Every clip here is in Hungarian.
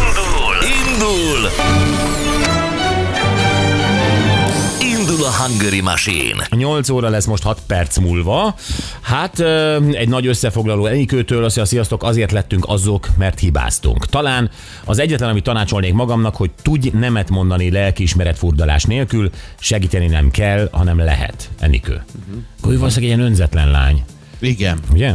Indul! Indul! Indul a Hungary Machine! 8 óra lesz most 6 perc múlva. Hát ö, egy nagy összefoglaló Enikőtől, azt mondja, sziasztok, azért lettünk azok, mert hibáztunk. Talán az egyetlen, amit tanácsolnék magamnak, hogy tudj nemet mondani lelkiismeret furdalás nélkül, segíteni nem kell, hanem lehet, Enikő. Uh-huh. Akkor ő valószínűleg egy ilyen önzetlen lány, Igen, ugye?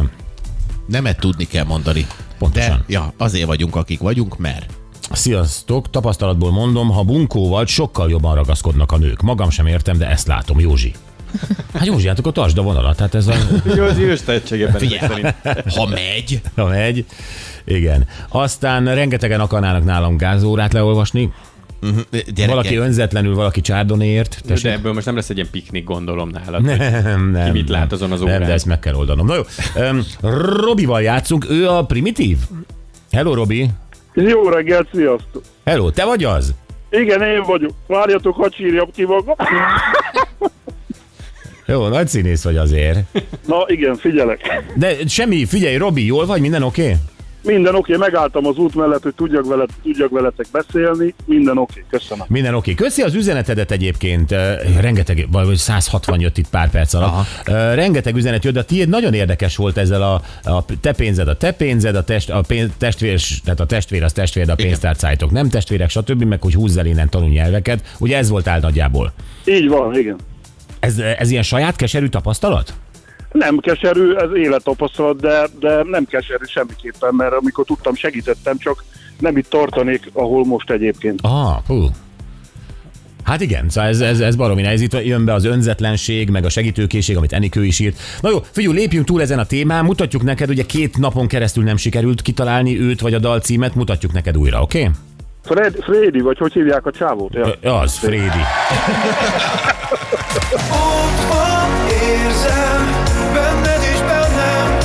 nemet tudni kell mondani. Pontosan. De, ja, azért vagyunk, akik vagyunk, mert. Sziasztok, tapasztalatból mondom, ha bunkóval sokkal jobban ragaszkodnak a nők. Magam sem értem, de ezt látom, Józsi. Hát Józsi, hát akkor tartsd a vonalat, hát ez a... Jó, az ős tehetségében ezek szerint. hát Ha megy, Ha megy. Igen. Aztán rengetegen akarnának nálam gázórát leolvasni. gyerekek, Valaki önzetlenül, valaki csárdonéért. De ebből most nem lesz egy ilyen piknik, gondolom nálad. Nem, nem. Ki mit nem. lát azon az Nem, órán? de ezt meg kell oldanom. Na jó. Um, Robival játszunk, ő a primitív. Hello, Robi. Jó reggelt, sziasztok! Hello, te vagy az? Igen, én vagyok. Várjatok, hadd sírjam ki magam. Jó, nagy színész vagy azért. Na igen, figyelek. De semmi, figyelj, Robi, jól vagy? Minden oké? Okay? Minden oké, megálltam az út mellett, hogy tudjak, veled, tudjak veletek beszélni. Minden oké, köszönöm. Minden oké. Okay. Köszi az üzenetedet egyébként. Ö, Rengeteg, vagy 160 jött itt pár perc alatt. Ö, Rengeteg üzenet jött, de a tiéd nagyon érdekes volt ezzel a, a te pénzed, a te pénzed, a, test, a pénz, testvér, tehát a testvér az testvér, de a pénztárcáitok nem testvérek, stb. meg hogy húzz el innen tanulj nyelveket. Ugye ez volt áll nagyjából. Így van, igen. Ez, ez ilyen saját keserű tapasztalat? Nem keserű, ez élettapasztalat, de, de nem keserű semmiképpen, mert amikor tudtam, segítettem, csak nem itt tartanék, ahol most egyébként. Ah, hú. Hát igen, szóval ez, ez, ez baromi nehéz. Itt jön be az önzetlenség, meg a segítőkészség, amit Enikő is írt. Na jó, figyelj, lépjünk túl ezen a témán, mutatjuk neked, ugye két napon keresztül nem sikerült kitalálni őt vagy a dal címet, mutatjuk neked újra, oké? Okay? Fred, Frédi, vagy hogy hívják a csávót? Ja. Az, Frédi. Otthon érzem, benned és bennem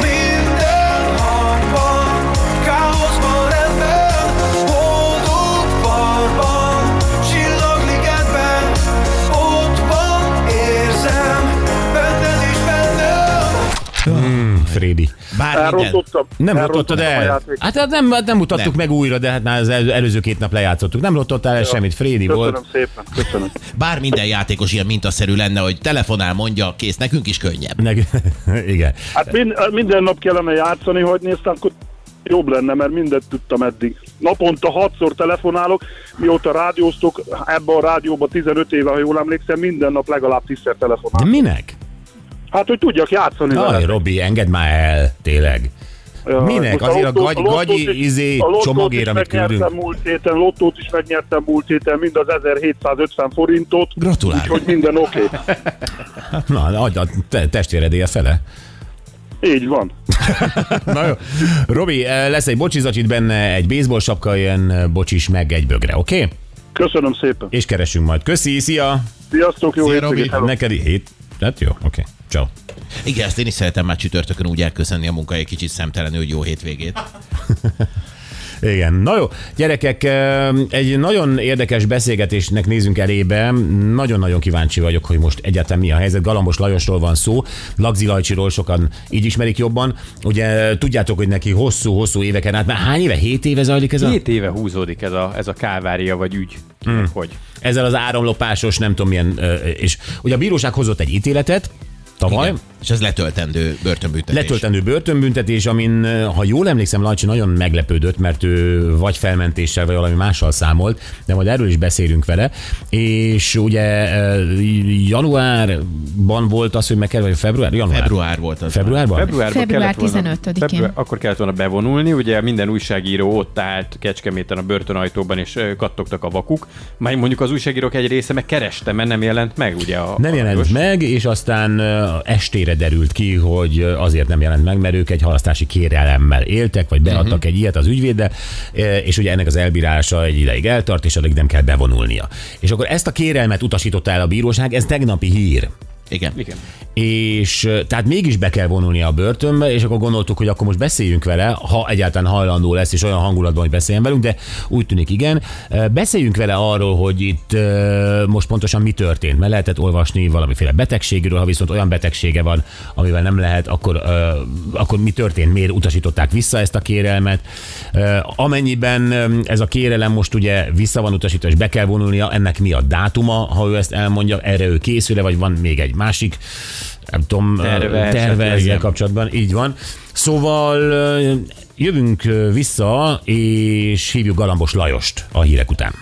Minden hangban, káoszban, rendben Boldog barban, csillagligedben Otthon érzem, benned és bennem Hm, Frédi. bár minden. Elrontottam. hát Nem Elrontottam mutattad a el. játékot. Hát hát nem, hát nem mutattuk nem. Nem. meg újra, de hát már az el- előző két nap lejátszottuk. Nem rontottál el semmit, Frédi Köszönöm volt. szépen, köszönöm. Bár minden játékos ilyen mintaszerű lenne, hogy telefonál, mondja, kész, nekünk is könnyebb. Meg, igen. Hát min, minden nap kellene játszani, hogy néztem, akkor jobb lenne, mert mindent tudtam eddig. Naponta hatszor telefonálok, mióta rádióztok, ebbe a rádióba 15 éve, ha jól emlékszem, minden nap legalább 10-szer De telefonálok. minek? Hát, hogy tudjak játszani Aj, vele. Robi, engedd már el, tényleg. Ja, minek? most Azért a lottót- gagy- lottót gagyi is- izé a lottót csomagért, is amit megnyertem küldünk. Múlt héten, lottót is megnyertem múlt héten, mind az 1750 forintot, Gratulálok. úgyhogy minden oké. Okay. Na, adj a te- testvéredé a fele. Így van. Na jó. Robi, eh, lesz egy bocsizacsit benne, egy baseball sapka jön, eh, bocsis meg egy bögre, oké? Okay? Köszönöm szépen. És keresünk majd. Köszi, szia! Sziasztok, jó Szia, hétvégét! Robi. hello. Neked hét. Hát jó, oké. Okay. Ciao. Igen, ezt én is szeretem már csütörtökön úgy elköszönni a munkai kicsit szemtelenül, hogy jó hétvégét. Igen. Na jó, gyerekek, eh, egy nagyon érdekes beszélgetésnek nézünk elébe. Nagyon-nagyon kíváncsi vagyok, hogy most egyáltalán mi a helyzet. Galambos Lajosról van szó, Lagzi Lajcsiról sokan így ismerik jobban. Ugye tudjátok, hogy neki hosszú-hosszú éveken át, már hány éve? Hét éve zajlik ez a... Két éve húzódik ez a, ez a kávária vagy ügy, Hmm. kinek hogy. ezzel az áramlopásos, nem tudom milyen, ö, és ugye a bíróság hozott egy ítéletet, tavaly, Igen. És ez letöltendő börtönbüntetés. letöltendő börtönbüntetés, amin, ö, ha jól emlékszem, Lancsi nagyon meglepődött, mert ő vagy felmentéssel, vagy valami mással számolt, de majd erről is beszélünk vele, és ugye ö, januárban volt az, hogy meg kell, vagy február? Január. Február volt az. Februárban? Februárban Február kellett volna- 15-én. akkor kellett volna bevonulni, ugye minden újságíró ott állt Kecskeméten a börtönajtóban, és ö, kattogtak a vakuk. Már mondjuk az újságírók egy része meg kereste, mert nem jelent meg, ugye? A, Nem a jelent Lajos. meg, és aztán ö, estére derült ki, hogy ö, azért nem jelent meg, mert ők egy halasztási kérelemmel éltek, vagy beadtak uh-huh. egy ilyet az ügyvéddel, ö, és ugye ennek az elbírálása egy ideig eltart, és addig nem kell bevonulnia. És akkor ezt a kérelmet utasította el a bíróság, ez tegnapi hír. Igen. Igen. és ö, tehát mégis be kell vonulnia a börtönbe, és akkor gondoltuk, hogy akkor most beszéljünk vele, ha egyáltalán hajlandó lesz, és olyan hangulatban, hogy beszéljen velünk, de úgy tűnik igen. Ö, Beszéljünk vele arról, hogy itt ö, most pontosan mi történt, mert lehetett olvasni valamiféle betegségről, ha viszont olyan betegsége van, amivel nem lehet, akkor, ö, akkor mi történt, miért utasították vissza ezt a kérelmet. Ö, Amennyiben ö, ez a kérelem most ugye vissza van utasítva, és be kell vonulnia, ennek mi a dátuma, ha ő ezt elmondja, erre ő készül vagy van még egy másik nem tudom, Terve terve, terve esetleg, ezzel igen. kapcsolatban, így van. Szóval ö, jövünk ö, vissza, és hívjuk Galambos Lajost a hírek után.